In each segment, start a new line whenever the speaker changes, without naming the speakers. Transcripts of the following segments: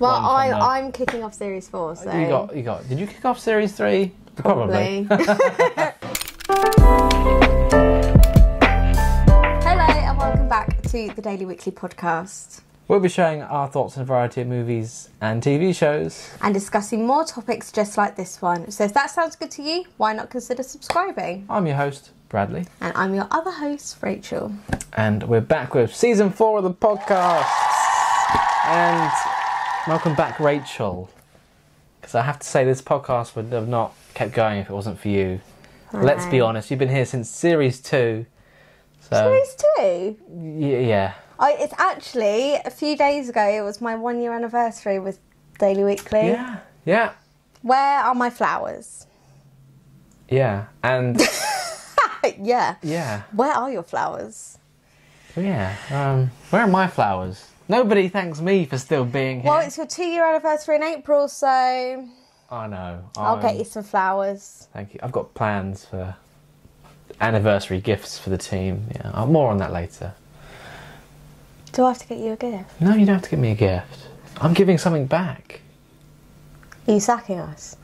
Well,
one
I,
from
I'm kicking off series four, so.
that. You got, you got. Did you kick off series three? Probably.
Hello, and welcome back to the Daily Weekly podcast
We'll be showing our thoughts on a variety of movies and TV shows.
and discussing more topics just like this one. So, if that sounds good to you, why not consider subscribing?
I'm your host, Bradley,
And I'm your other host, Rachel.
and we're back with season four of the podcast. And welcome back, Rachel. Because I have to say, this podcast would have not kept going if it wasn't for you. Let's be
Alright.
honest, you've been here since series two. So,
Series two.
y- yeah.
I, it's actually a few days ago, it was my one year anniversary with Daily Weekly.
Yeah. Yeah.
Where are my flowers?
Yeah. And,
yeah.
yeah.
Where are your flowers?
Yeah. Um, where are my flowers? Nobody thanks me for still being here.
Well, it's your two year anniversary in April, so
I know.
I'll
I'm-
get you some flowers.
Thank you. I've got plans for anniversary gifts for the team. Yeah, I'll- more on that later.
Do I have to get you a gift?
No, you don't have to give me a gift. I'm giving something back.
Are you sacking us?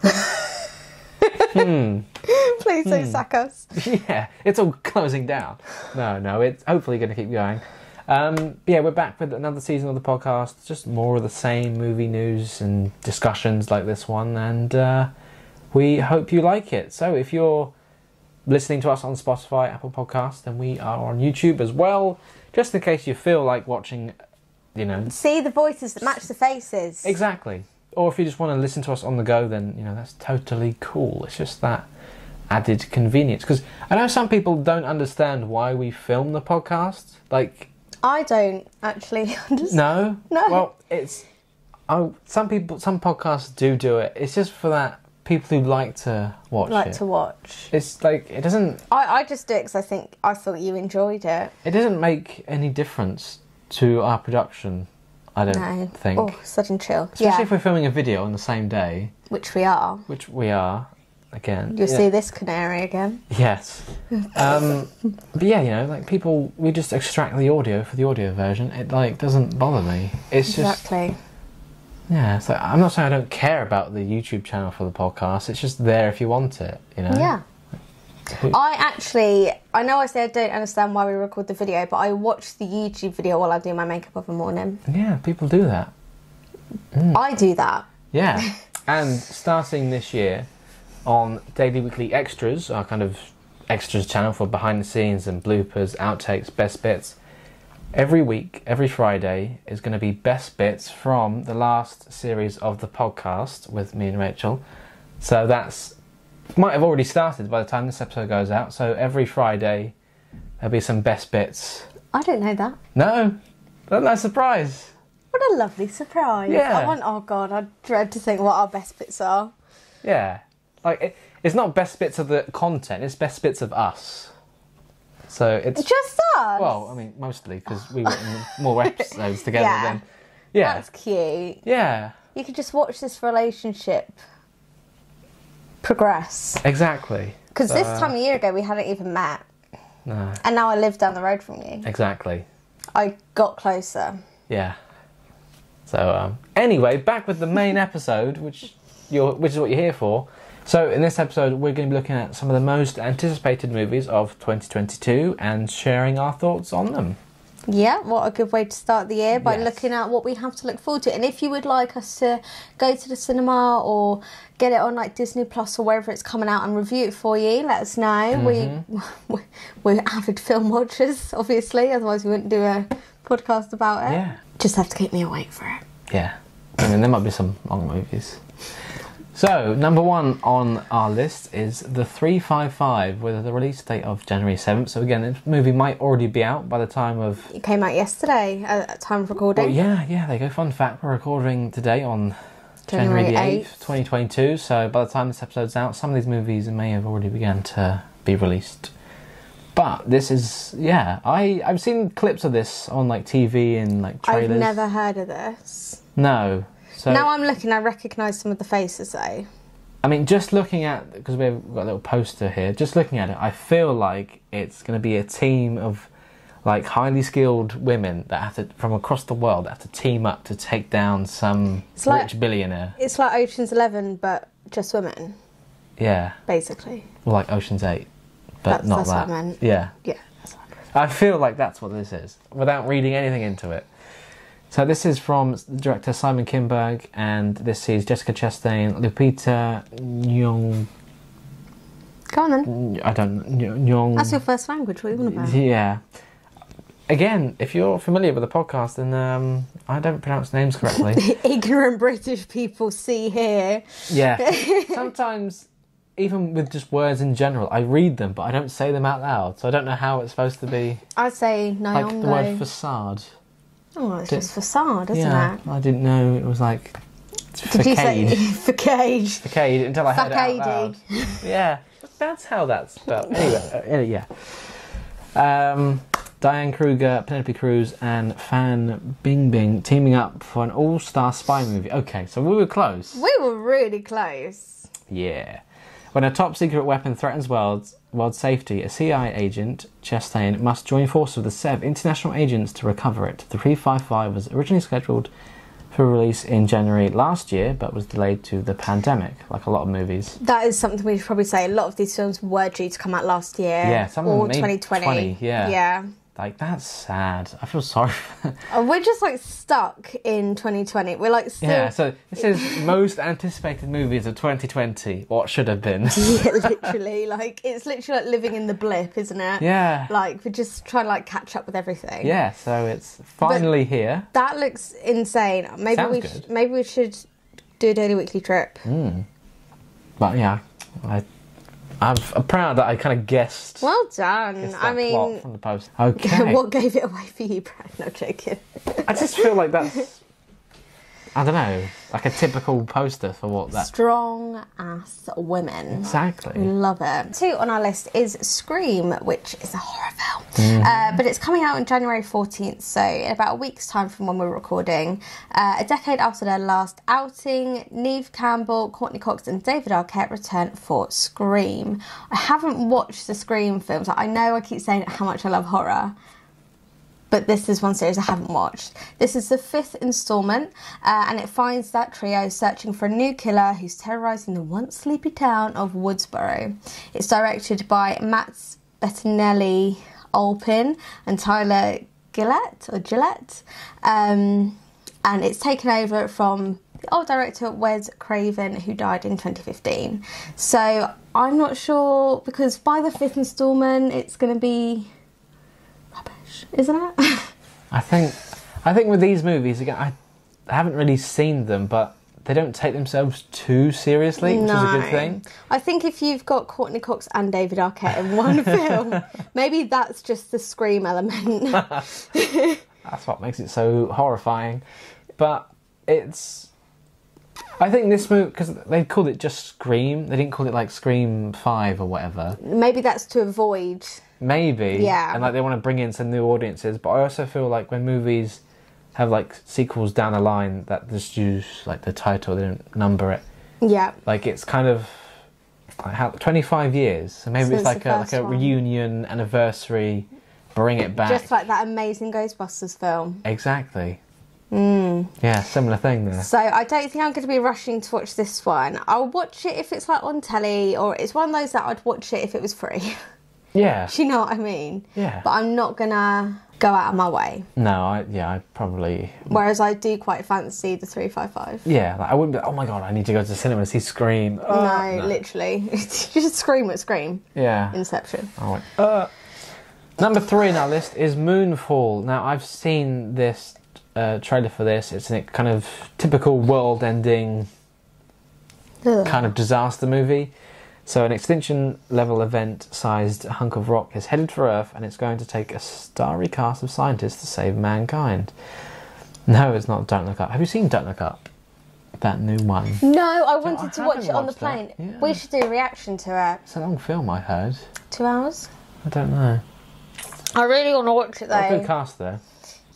Hmm.
Please don't sack us.
yeah, it's all closing down. No, no, it's hopefully going to keep going. Um, yeah, we're back with another season of the podcast. Just more of the same movie news and discussions like this one, and uh, we hope you like it. So, if you're listening to us on Spotify, Apple Podcasts, and we are on YouTube as well, just in case you feel like watching, you know,
See the voices that match the faces.
Exactly. Or if you just want to listen to us on the go, then you know that's totally cool. It's just that added convenience because I know some people don't understand why we film the podcast. Like,
I don't actually understand.
no,
No.
Well, it's oh, some people, some podcasts do do it. It's just for that people who like to watch
Like
it.
to watch.
it's like it doesn't
I, I just do it because I think I thought you enjoyed it.
it doesn't make any difference to our production. I don't
No.
think,
Oh, sudden chill.
especially
yeah,
if we're filming a video on the same day,
which we are.
which we are. Again,
You'll
Yeah.
see this canary again.
Yes. Um, but yeah, you know, like people, we just extract the audio for the audio version. It like doesn't bother me. It's just
Exactly.
yeah. It's like, I'm not saying I don't care about the YouTube channel for the podcast. It's just there if you want it. You know.
Yeah. I actually, I know I say I don't understand why we record the video, but I watch the YouTube video while I do my makeup of a morning.
Yeah. People do that.
I do that.
Yeah. and starting this year on Daily Weekly Extras, our kind of extras channel for behind the scenes and bloopers, outtakes, best bits. Every week, every Friday, is going to be best bits from the last series of the podcast with me and Rachel. So that's might have already started by the time this episode goes out. So every Friday, there'll be some best bits.
I don't know that.
No, no surprise.
What a lovely surprise.
Yeah.
I want, oh God, I dread to think what our best bits are.
Yeah, like it, it's not best bits of the content; it's best bits of us. So it's
Just us.
well, I mean, mostly because we were in more episodes together.
Yeah.
Then, yeah,
That's cute.
yeah,
You could just watch this relationship progress.
exactly.
Because this
Uh,
time a year ago, we hadn't even met.
No,
And now I live down the road from you.
exactly.
I got closer.
Yeah. So um, anyway, back with the main episode, which you're, which is what you're here for. So in this episode, we're going to be looking at some of the most anticipated movies of 2022 and sharing our thoughts on them.
Yeah, what a good way to start the year by
Yes.
looking at what we have to look forward to. And if you would like us to go to the cinema or get it on like Disney Plus or wherever it's coming out and review it for you, let us know.
Mm-hmm.
We, we're avid film watchers, obviously, otherwise, we wouldn't do a podcast about it.
Yeah.
Just have to keep me awake for it.
Yeah. I mean, there might be some long movies. So, number one on our list is The 355 with the release date of January 7th. So, again, this movie might already be out by the time of.
It came out yesterday at at time of recording.
Oh, yeah, yeah, there you go. Fun fact we're recording today on January,
January
the 8th, 2022. So, by the time this episode's out, some of these movies may have already begun to be released. But this is, yeah, I, I've seen clips of this on like TV and like
I've
trailers.
never heard of this.
No. So,
now I'm looking, I recognise some of the faces though.
I mean, just looking at because we've got a little poster here. Just looking at it, I feel like it's going to be a team of like highly skilled women that have to from across the world that have to team up to take down some
It's like-
rich billionaire.
It's like Ocean's Eleven, but just women,
Yeah,
basically.
well, like Ocean's Eight, but
That's-
not
that's
that.
what I meant.
Yeah,
Yeah. that's what I meant.
I feel like that's what this is without reading anything into it. So this is from s- director Simon Kinberg, and this is Jessica Chastain, Lupita Nyong.
Go on then.
I don't Nyong.
That's your first language. What are you on about?
Yeah. Again, if you're familiar with the podcast, then um, I don't pronounce names correctly.
Ignorant British people see here.
yeah. Sometimes, even with just words in general, I read them, but I don't say them out loud, so I don't know how it's supposed to be.
I'd say
Like the word
Nyong'o.
facade.
oh, it's
Did-
just facade, isn't
yeah,
it?
I didn't know it was like.
Did you say
facade.
facade?
Facade until I heard it out
Facade.
loud. Yeah, that's how that's spelled. Anyway, uh, yeah. Um, Diane Kruger, Penelope Cruz, and Fan Bingbing teaming up for an all-star spy movie. Okay, so we were close.
We were really close.
Yeah. When a top secret weapon threatens world world safety, a CIA agent, Chastain, must join forces with the SEB international agents to recover it. The 355 was originally scheduled for release in January last year, but was delayed to the pandemic, like a lot of movies.
That is something we should probably say. A lot of these films were due to come out last year.
Yeah, some of
or
them may-
2020.
20, yeah.
Yeah.
Like that's sad. I feel sorry. For
And we're just like stuck in 2020. We're like still.
yeah. So this is most anticipated movies of 2020. What should have been.
Yeah, literally. Like, it's literally like living in the blip, isn't it?
yeah.
Like, we're just trying to like catch up with everything.
Yeah. So it's finally here.
That looks insane. Maybe
Sounds
we
good. Hmm?
Sh- maybe we should do a daily weekly trip.
But yeah, I, I'm, I'm proud that I kind of guessed.
Well done.
guessed that
I mean,
plot from the post. Okay.
what gave it away for you, Brad? No joking.
I just feel like that's. I don't know, like a typical poster for what that.
Strong ass women. We
Exactly.
Love it. Two on our list is Scream, which is a horror film, uh, but it's coming out on January 14th, so in about a week's time from when we're recording. Uh, a decade after their last outing, Neve Campbell, Courtney Cox, and David Arquette return for Scream. I haven't watched the Scream films. I know I keep saying how much I love horror but this is one series I haven't watched. This is the fifth installment, uh, and it finds that trio searching for a new killer who's terrorising the once sleepy town of Woodsboro. It's directed by Matt Bettinelli Olpin and Tyler Gillette or Gillette, um, and it's taken over from the old director Wes Craven, who died in 2015. So I'm not sure because by the fifth instalment, it's going to be rubbish, isn't it?
I think, I think with these movies again, I, I haven't really seen them, but they don't take themselves too seriously, which is a good thing.
I think if you've got Courtney Cox and David Arquette in one film, maybe that's just the scream element.
That's what makes it so horrifying. But it's. I think this movie, because they called it just Scream, they didn't call it like Scream 5 or whatever.
maybe that's to avoid.
Maybe.
Yeah.
And like they want to bring in some new audiences, but I also feel like when movies have like sequels down the line that just use like the title, they don't number it.
Yeah,
Like it's kind of. Like how, 25 years. So maybe
Since
it's like
the
a, like
first
a
one.
reunion, anniversary, bring it back.
just like that amazing Ghostbusters film.
Exactly.
Hmm.
Mm. Yeah, similar thing there.
So I don't think I'm going to be rushing to watch this one. I'll watch it if it's like on telly, or it's one of those that I'd watch it if it was free.
Yeah.
Do you know what I mean?
Yeah.
But I'm not gonna go out of my way.
No, I yeah, I probably
Whereas I do quite fancy the 355.
yeah. Like, I wouldn't be. Like, oh my god, I need to go to the cinema and see Scream. Uh,
no, literally. you just scream at Scream.
Yeah.
Inception.
I went, uh. Number three in our list is Moonfall. Now I've seen this uh, trailer for this. It's a kind of typical world-ending
Ugh.
kind of disaster movie. So an extinction level event-sized hunk of rock is headed for Earth, and it's going to take a starry cast of scientists to save mankind. No, it's not. Don't look up. Have you seen Don't Look Up? That new one.
No, I
I
wanted to watch it
haven't
on the
watched that.
plane.
Yeah.
We should do a reaction to it.
It's a long film, I heard.
Two hours?
I don't know.
I really want to watch it
Got a good
though.
cast there.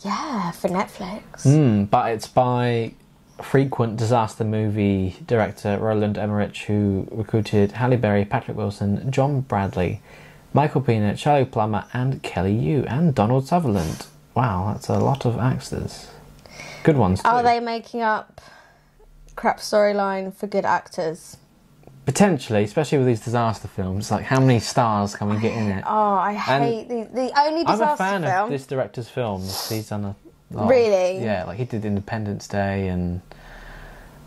Yeah, for Netflix.
Mm, but it's by frequent disaster movie director Roland Emmerich, who recruited Halle Berry, Patrick Wilson, John Bradley, Michael Pena, Charlie Plummer, and Kelly Yu, and Donald Sutherland. Wow, that's a lot of actors. Good ones too.
Are they making up crap storyline for good actors?
Potentially, especially with these disaster films, like how many stars can we get in it?
Oh, I
And
hate the, the only
I'm
disaster
a fan
film.
of this director's films. He's done a lot.
Really?
Yeah, like he did Independence Day and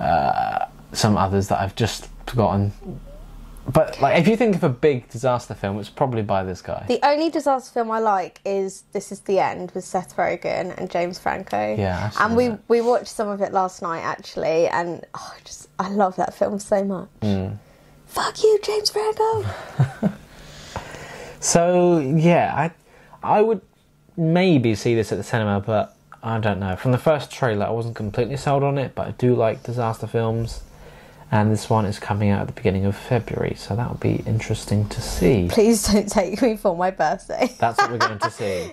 uh, some others that I've just forgotten. But like, if you think of a big disaster film, it's probably by this guy.
The only disaster film I like is This Is the End with Seth Rogen and James Franco.
Yeah, I've seen
and we
that.
we watched some of it last night actually, and oh, I just I love that film so much.
Mm.
Fuck you, James Franco.
So yeah, I I would maybe see this at the cinema, but I don't know. From the first trailer, I wasn't completely sold on it, but I do like disaster films, and this one is coming out at the beginning of February, so that would be interesting to see.
Please don't take me for my birthday.
That's what we're going to see.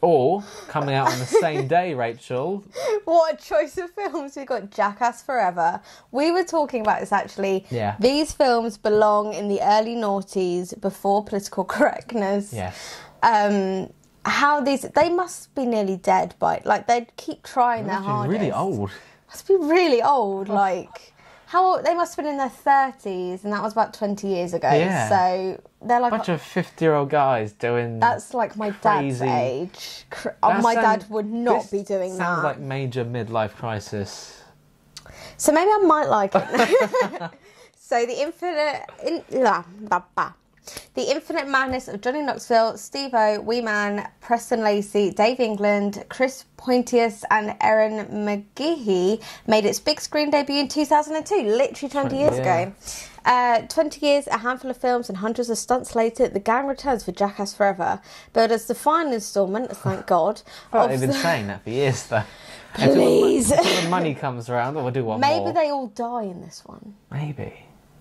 Or coming out on the same day, Rachel.
what a choice of films we've got! Jackass Forever. We were talking about this actually.
Yeah.
These films belong in the early noughties before political correctness.
Yes.
um how these they must be nearly dead by like they keep trying their hardest.
really old. Oh.
Must be really old. Like how old, they must have been in their thirties, and that was about twenty years ago.
Yeah.
So they're like
Bunch of fifty-year-old guys doing.
that's like my
crazy-
dad's age. Cr- oh,
That
my
sound-
dad would not
this
be doing
Sounds
that.
like major midlife crisis.
So maybe I might like it. so the infinite, in, blah, blah, blah. the infinite madness of Johnny Knoxville, Steve O, Wee Man, Preston Lacey, Dave England, Chris Pointius, and Erin McGehee made its big screen debut in 2002, literally 20 years
Yeah.
ago. Uh, 20 years, a handful of films, and hundreds of stunts later, the gang returns for Jackass Forever. But as the final installment, thank God,
But
of
they've been
the-
saying that for years, though.
Please.
Until the, until the money comes around, we'll do one
maybe
more.
they all die in this one.
Maybe.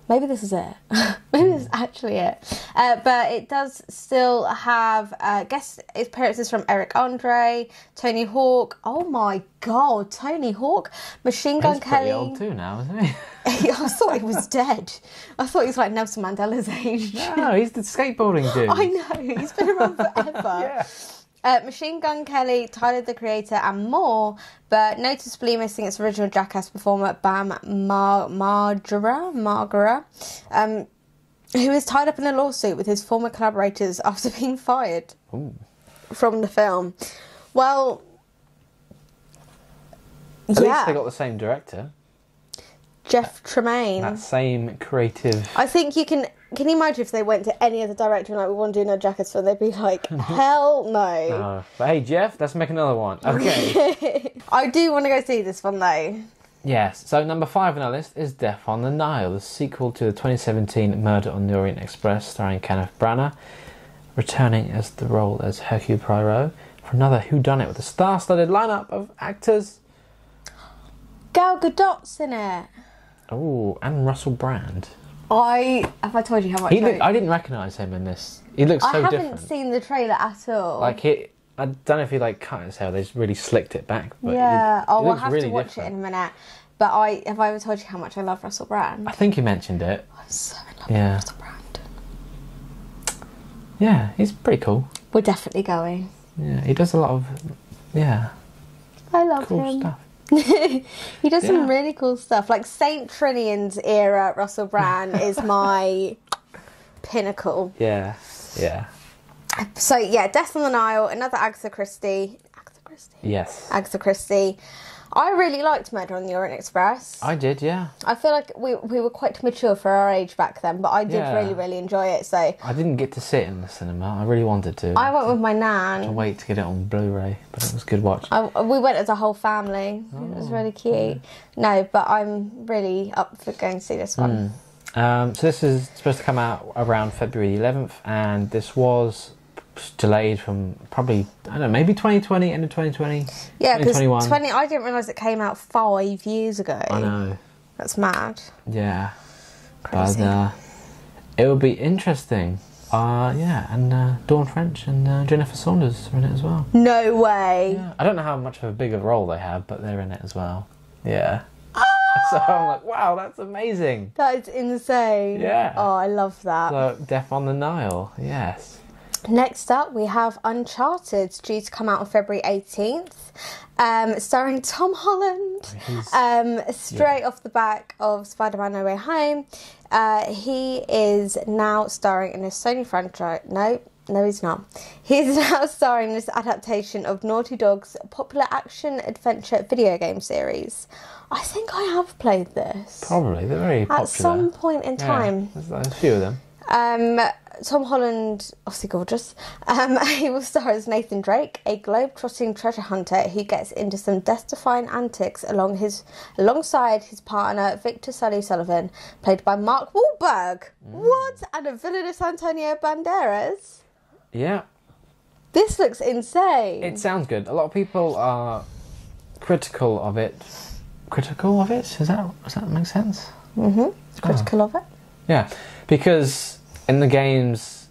maybe this is it. maybe this is
Mm.
actually it. Uh, but it does still have uh, guest appearances from Eric Andre, Tony Hawk. Oh my god, Tony Hawk, Machine Gun
He's
Kelly.
pretty old too now, isn't he?
I thought he was dead. I thought he was like Nelson Mandela's age.
no, Oh, he's the skateboarding dude.
I know he's been around forever. Uh, Machine Gun Kelly, Tyler the Creator, and more, but noticeably missing its original Jackass performer, Bam Mar- Margera, Margera um, who is tied up in a lawsuit with his former collaborators after being fired from the film. Well,
At
yeah,
least they got the same director,
Jeff Tremaine.
that same creative.
I think you can. Can you imagine if they went to any other director and like we want to do no Jackass film? They'd be like, hell no.
Uh, but hey, Jeff, let's make another one. Okay.
I do want to go see this one though.
yes. So number five on our list is Death on the Nile, the sequel to the 2017 Murder on the Orient Express, starring Kenneth Branagh, returning as the role as Hercule Poirot for another Who Done It with a star-studded lineup of actors.
Gal Gadot's in it.
Oh, and Russell Brand.
I have I told you how much
He
I,
look, I didn't recognise him in this. He looks
I
so
haven't
different.
seen the trailer at all.
Like he, I don't know if he like cut his hair. They just really slicked it back. But
yeah.
It,
oh,
it
we'll
looks
have
really
to watch
different.
it in a minute. But I have I ever told you how much I love Russell Brand.
I think he mentioned it.
I'm so in love
Yeah.
with Russell Brand.
Yeah, he's pretty cool.
We're definitely going.
Yeah, he does a lot of yeah
I love
cool
him.
stuff.
He does some
Yeah.
really cool stuff. Like Saint Trinian's era Russell Brand is my pinnacle.
Yeah, yeah,
So yeah, Death on the Nile, another Agatha Christie. Agatha Christie.
yes.
Agatha Christie. I really liked Murder on the Orient Express.
I did. Yeah,
I feel like we, we were quite mature for our age back then, but I did
Yeah.
really, really enjoy it. So
I didn't get to sit in the cinema. I really wanted to.
I went with my
to
nan.
wait to get it on Blu-ray, but it was a good watch.
I, we went as a whole family. it was really
Oh,
cute. No, but I'm really up for going to see this one.
Um, so this is supposed to come out around February 11th, and this was delayed from probably I don't know, maybe 2020, end of 2020.
Yeah, because
2021.
20, I didn't realise it came out five years ago.
I know.
That's mad.
Yeah,
Crazy.
but uh, it will be interesting. Uh, yeah, and uh, Dawn French and uh, Jennifer Saunders are in it as well.
No way.
Yeah. I don't know how much of a bigger role they have, but they're in it as well. Yeah. So I'm like, wow, that's amazing.
That is insane.
Yeah.
Oh, I love that.
So Death on the Nile, yes.
Next up, we have Uncharted, due to come out on February 18th, um, starring Tom Holland.
Oh, He's-
Um, straight off the back of Spider Man No Way Home, uh, he is now starring in a Sony franchise. No, no, he's not. He's now starring in this adaptation of Naughty Dog's popular action adventure video game series. I think I have played this.
Probably they're very popular.
At some point in
Yeah,
time,
there's, there's a few of them.
um, Tom Holland, obviously gorgeous. Um, he will star as Nathan Drake, a globe-trotting treasure hunter who gets into some death-defying antics along his, alongside his partner Victor Sully Sullivan, played by Mark Wahlberg.
Mm.
What? And a villainous Antonio Banderas.
Yeah,
This looks insane.
it sounds good. A lot of people are critical of it. Critical of it? Is that does that make sense?
It's critical of it.
Yeah, because in the games,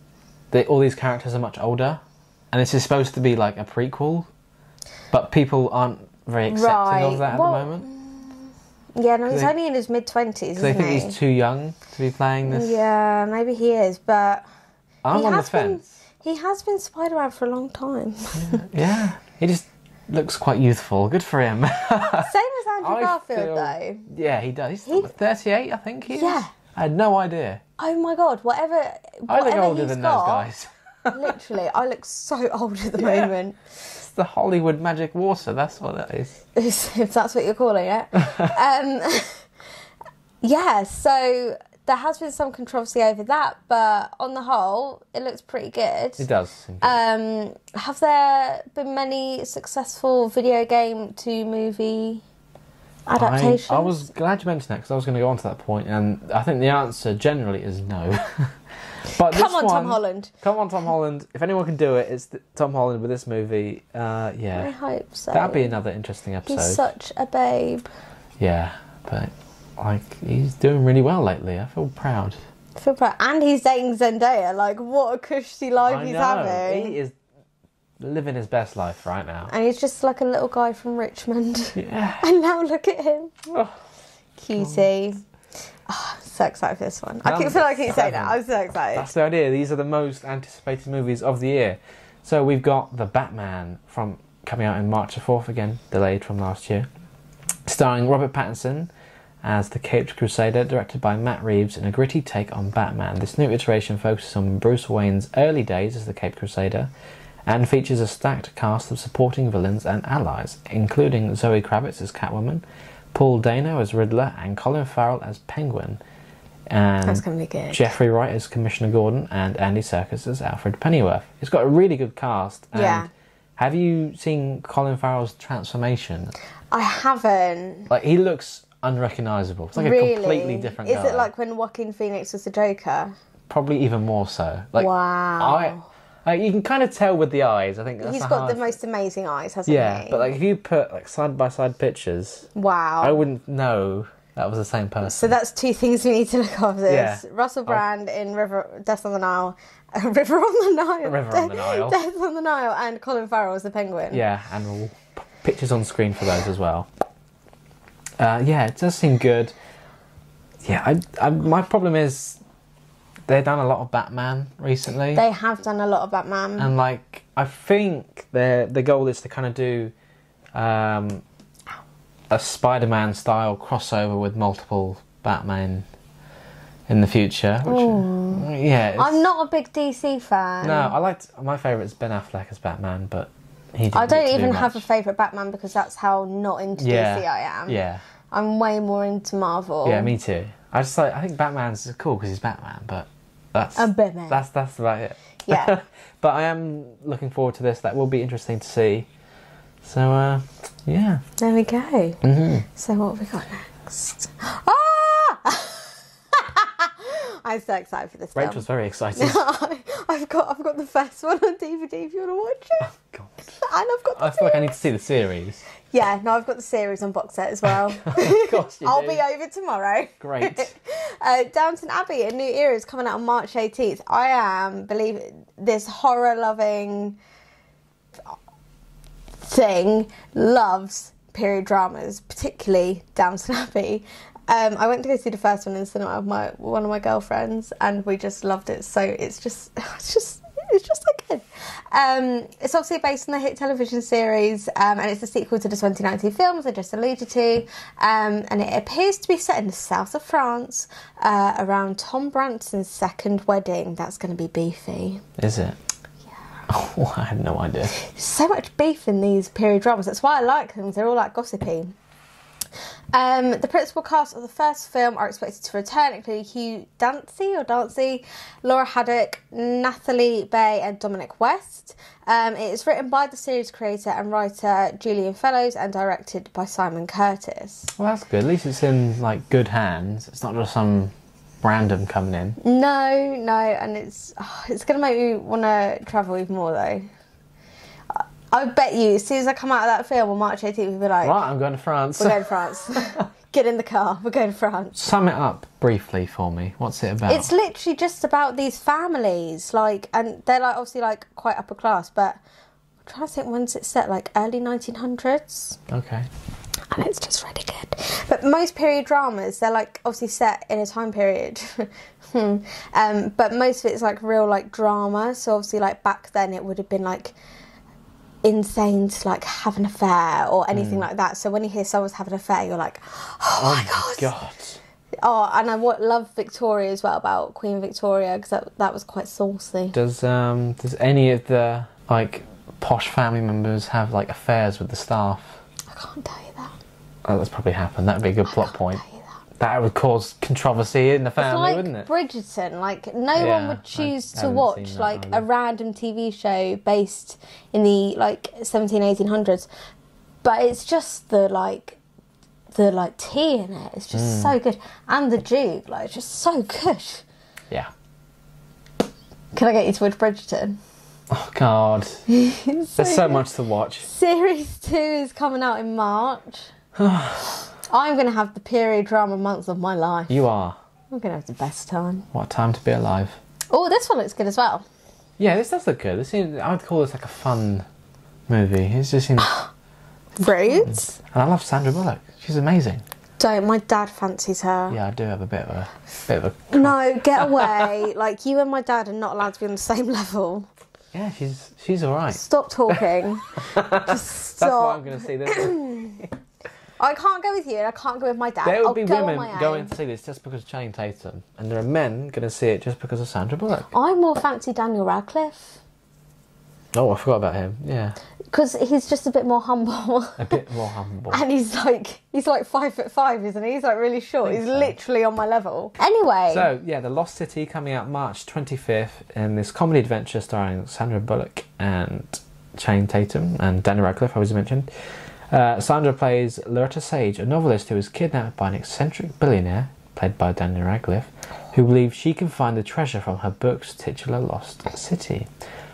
they, all these characters are much older, and this is supposed to be like a prequel, but people aren't very accepting
Right,
of that at
well,
the moment.
Yeah, no, he's
They-
only in his mid twenties,
'Cause They
isn't
think
he?
he's too young to be playing this.
Yeah, maybe he is, but
I'm
he
on the
has been-
fence.
he has been Spider-Man for a long time.
Yeah, he just looks quite youthful. Good for him.
Same as Andrew
I
Garfield,
feel-
though.
Yeah, he does. He's what, 38, I think he is.
Yeah.
I had no idea.
Oh my god, whatever.
I
whatever
look older
he's
than
got,
those guys.
literally, I look so old at the
Yeah.
moment.
It's the Hollywood magic water, that's what that is.
if that's what you're calling it. um, yeah, so there has been some controversy over that, but on the whole, it looks pretty good.
It does. seem good.
Um, have there been many successful video game to movie
I,
adaptations?
I was glad you mentioned that because I was going to go on to that point, and I think the answer generally is no. but
Come
this
on,
one,
Tom Holland.
Come on, Tom Holland. If anyone can do it, it's th- Tom Holland with this movie. Uh,
I
yeah.
hope so.
That'd be another interesting episode.
He's such a babe.
yeah, but like he's doing really well lately. I feel proud.
Feel proud. And he's dating Zendaya. Like, what a cushy life
I
he's
know.
having.
He is living his best life right now.
And he's just like a little guy from Richmond.
Yeah.
and now look at him.
Oh.
Cutie. Oh, I'm so excited for this one. I keep
Number
feel like I keep saying
seven.
that. I'm so excited.
That's the idea. These are the most anticipated movies of the year. So we've got The Batman from coming out in March the 4th again, delayed from last year. Starring Robert Pattinson as the Caped Crusader, directed by Matt Reeves in a gritty take on Batman. This new iteration focuses on Bruce Wayne's early days as the Caped Crusader and features a stacked cast of supporting villains and allies, including Zoe Kravitz as Catwoman, Paul Dano as Riddler, and Colin Farrell as Penguin. And
That's going to be good.
Jeffrey Wright as Commissioner Gordon and Andy Serkis as Alfred Pennyworth. It's got a really good cast. And
Yeah.
Have you seen Colin Farrell's transformation?
I haven't.
Like he looks unrecognizable. It's like
really?
a completely different
Is
guy.
it like when Joaquin Phoenix was the Joker?
probably even more so? Like I,
Wow.
like, you can kind of tell with the eyes. I think that's
he's
the
got
hard-
the most amazing eyes, hasn't
Yeah,
he?
but like if you put like side by side pictures,
wow.
I wouldn't know that was the same person.
So that's two things we need to look after. This.
Yeah. Oh.
Russell Brand in River Death on the Nile, River on the Nile,
River on the Nile.
Death on the Nile, and Colin Farrell as the Penguin.
Yeah, and we'll p- pictures on screen for those as well. Uh, yeah, it does seem good. Yeah, I, I, my problem is they've done a lot of Batman recently,
They have done a lot of Batman.
and like I think their the goal is to kind of do um, a Spider-Man style crossover with multiple Batman in the future. Which, yeah, it's-
I'm not a big DC fan.
No, I liked my favourite's Ben Affleck as Batman, but he. Didn't
I
get
don't
to do
even have a
much.
favourite Batman because that's how not into DC I am.
Yeah.
I'm way more into Marvel.
Yeah, me too. I just like I think Batman's cool because he's Batman, but that's
I'm Batman.
That's that's about it.
Yeah.
but I am looking forward to this. That will be interesting to see. So uh, yeah,
There we go.
Mm-hmm.
So what have we got next? Ah! I'm so excited for this. film.
Rachel's very excited.
I've got I've got the first one on DVD if you want to watch it.
God,
And I've got the
I feel like I
series.
need to see the series.
Yeah, no, I've got the series on box set as well.
Of course you
I'll
do.
be over tomorrow.
Great.
Uh, Downton Abbey, a new era is coming out on March 18th. I am, believe this horror loving thing loves period dramas, particularly Downton Abbey. Um, I went to go see the first one in the cinema with my one of my girlfriends, and we just loved it. So it's just, it's just, It's just so good. Um, it's obviously based on the hit television series, um, and it's the sequel to the 2019 films I just alluded to. Um, and it appears to be set in the south of France uh, around Tom Branson's second wedding. That's going to be beefy.
Is it? Oh, I had no idea.
so much beef in these period dramas. That's why I like them. 'cause They're all like gossipy. Um, the principal cast of the first film are expected to return, including Hugh Dancy or Dancy, Laura Haddock, Nathalie Bay, and Dominic West. Um, it is written by the series creator and writer Julian Fellows and directed by Simon Curtis.
Well, that's good. At least it's in like good hands. It's not just some random coming in.
No, no, and it's oh, it's gonna make me want to travel even more though. I- I bet you, as soon as I come out of that film on March 18th, we'll be like,
Right, I'm going to France.
We're going to France. Get in the car. We're going to France.
Sum it up briefly for me. What's it about?
It's literally just about these families, like, and they're like obviously like quite upper class, but I'm trying to think when's it set, like early 1900s,
okay.
and it's just really good. But most period dramas, they're like obviously set in a time period. Hmm. um, but most of it's like real like drama. So obviously like back then it would have been like insane to like have an affair or anything like that. So when you hear someone's having an affair, you're like, oh,
Oh
my god,
god.
Oh, and I wa- love Victoria as well about Queen Victoria because that, that was quite saucy.
Does um does any of the like posh family members have like affairs with the staff?
I can't tell you that.
Oh, that's probably happened. That'd be a good plot point.
Tell you that.
That would cause controversy in the
Oh, It's
family,
like
wouldn't it?
Bridgerton. Like no
Yeah,
one would
I
choose to
haven't
watch
seen that
like a
either.
random TV show based in the like 17, 1800s. But it's just the like the like tea in it. It's
Hmm.
just so good, and the Duke. Like it's just so good.
Yeah.
Can I get you to watch Bridgerton?
Oh god.
It's
There's so
good.
much to watch.
Series two is coming out in March. I'm going to have the period drama months of my life.
You are.
I'm going to have the best time.
What a time to be alive.
Oh, this one looks good as well.
Yeah, this does look good. This seems, I would call this like a fun movie. It just seems,
Roots?
and I love Sandra Bullock. She's amazing.
Don't. My dad fancies her.
Yeah, I do have a bit of a bit of a.
No, get away. like, you and my dad are not allowed to be on the same level.
Yeah, she's she's all right.
Stop talking. Just
That's why
stop.
I'm going to see this.
I can't go with you and I can't go with my dad.
There will
I'll
be
go on my
women
own.
going to see this just because of Channing Tatum, and there are men going to see it just because of Sandra Bullock.
I more fancy Daniel Radcliffe
Oh, I forgot about him. Yeah,
because he's just a bit more humble.
a bit more humble.
And he's like, he's like five foot five, isn't he? He's like really short.
think
He's
so.
literally on my level. Anyway,
So yeah, The Lost City coming out March 25th in this comedy adventure starring Sandra Bullock and Channing Tatum and Daniel Radcliffe, I was mentioned. Uh, Sandra plays Loretta Sage, a novelist who is kidnapped by an eccentric billionaire, played by Daniel Radcliffe, who believes she can find the treasure from her book's titular Lost City.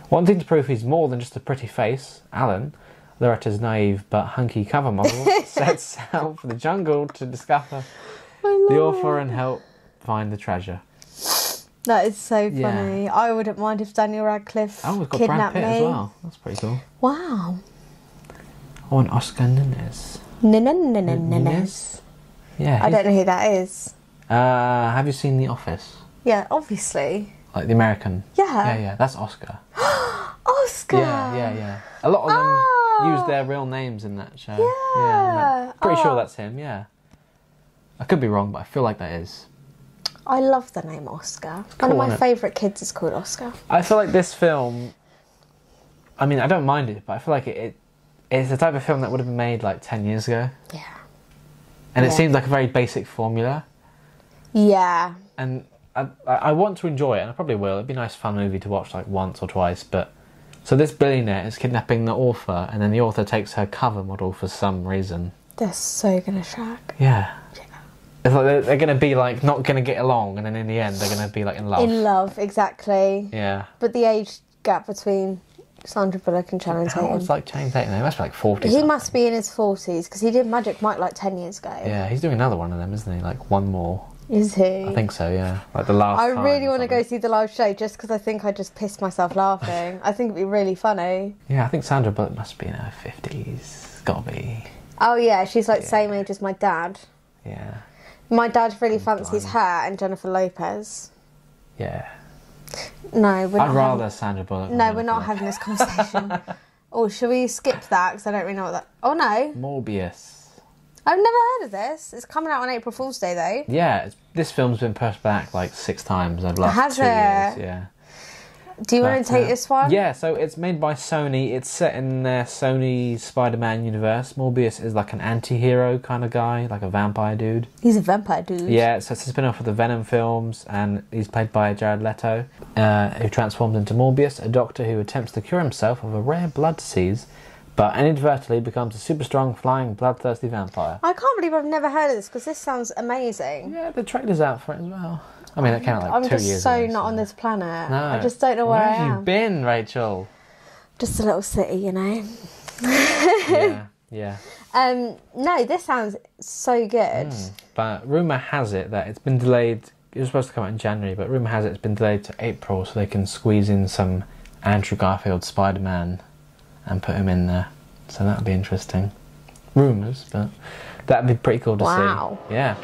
Wanting to prove he's more than just a pretty face, Alan, Loretta's naive but hunky cover model, sets out for the jungle to discover the author and help find the treasure.
that is so
Yeah.
funny. I wouldn't mind if Daniel Radcliffe
Oh, we've got
kidnapped
Brad Pitt
me.
as well. That's pretty cool.
Wow.
Oh, and Oscar Nunez.
No, no, no, no, no, no.
Yeah.
I don't know who that is.
Uh, have you seen The Office?
Yeah, obviously.
Like the American.
Yeah.
Yeah, yeah. That's Oscar.
Oscar.
Yeah, yeah, yeah. A lot of them
Oh.
use their real names in that show.
Yeah.
I'm pretty
Oh.
sure that's him. Yeah. I could be wrong, but I feel like that is.
I love the name Oscar.
cool,
One of
isn't
my
it?
favourite kids is called Oscar.
I feel like this film. I mean, I don't mind it, but I feel like it. it it's the type of film that would have been made like ten years ago,
Yeah.
and it
Yeah.
seems like a very basic formula.
Yeah.
and I, I I want to enjoy it, and I probably will. It'd be a nice, fun movie to watch like once or twice. But so this billionaire is kidnapping the author, and then the author takes her cover model for some reason.
They're so gonna track.
Yeah, it's like they're, they're going to be like not going to get along, and then in the end they're going to be like in love.
In love, exactly.
yeah,
But the age gap between Sandra Bullock and Channing
how
Tatum.
old's like Channing Tatum? He must be like forty.
He
something.
must be in his forties because he did Magic Mike like ten years ago.
Yeah, he's doing another one of them, isn't he? Like one more.
Is he?
I think so. Yeah, like the last.
I
time
really
or
want to go
something.
see the live show just because I think I just pissed myself laughing. I think it'd be really funny.
Yeah, I think Sandra Bullock must be in her fifties. Gotta be.
Oh yeah, she's like same age as my dad.
Yeah,
My dad really fancies her and Jennifer Lopez.
yeah.
No, we're not
I'd rather Sandra Bullock.
Having, no, we're not having this conversation. or should we skip that? Because I don't really know what that. Oh no,
Morbius.
I've never heard of this. It's coming out on April Fool's Day though.
Yeah, it's, this film's been pushed back like six times over the last
Has
two
it?
years. Yeah.
Do you want
But,
to take
uh,
this one?
Yeah, so it's made by Sony. It's set in their Sony Spider-Man universe. Morbius is like an anti-hero kind of guy, like a vampire dude.
He's a vampire dude.
Yeah, so it's a spin-off of the Venom films, and he's played by Jared Leto, uh, who transforms into Morbius, a doctor who attempts to cure himself of a rare blood disease, but inadvertently becomes a super strong, flying, bloodthirsty vampire.
I can't believe I've never heard of this because this sounds amazing.
Yeah, the trailer's out for it as well. I mean, that came out like
I'm
two
just
years
so
ago,
not on
so-
this planet.
No.
I just don't know where, I
have
am.
you been, Rachel?
Just a little city, you know.
yeah, yeah.
Um, no, this sounds so good.
Hmm. But rumor has it that it's been delayed. It was supposed to come out in January, but rumor has it it's been delayed to April so they can squeeze in some Andrew Garfield Spider Man and put him in there. So that'd be interesting. Rumors, but that'd be pretty cool to
Wow.
see. Yeah.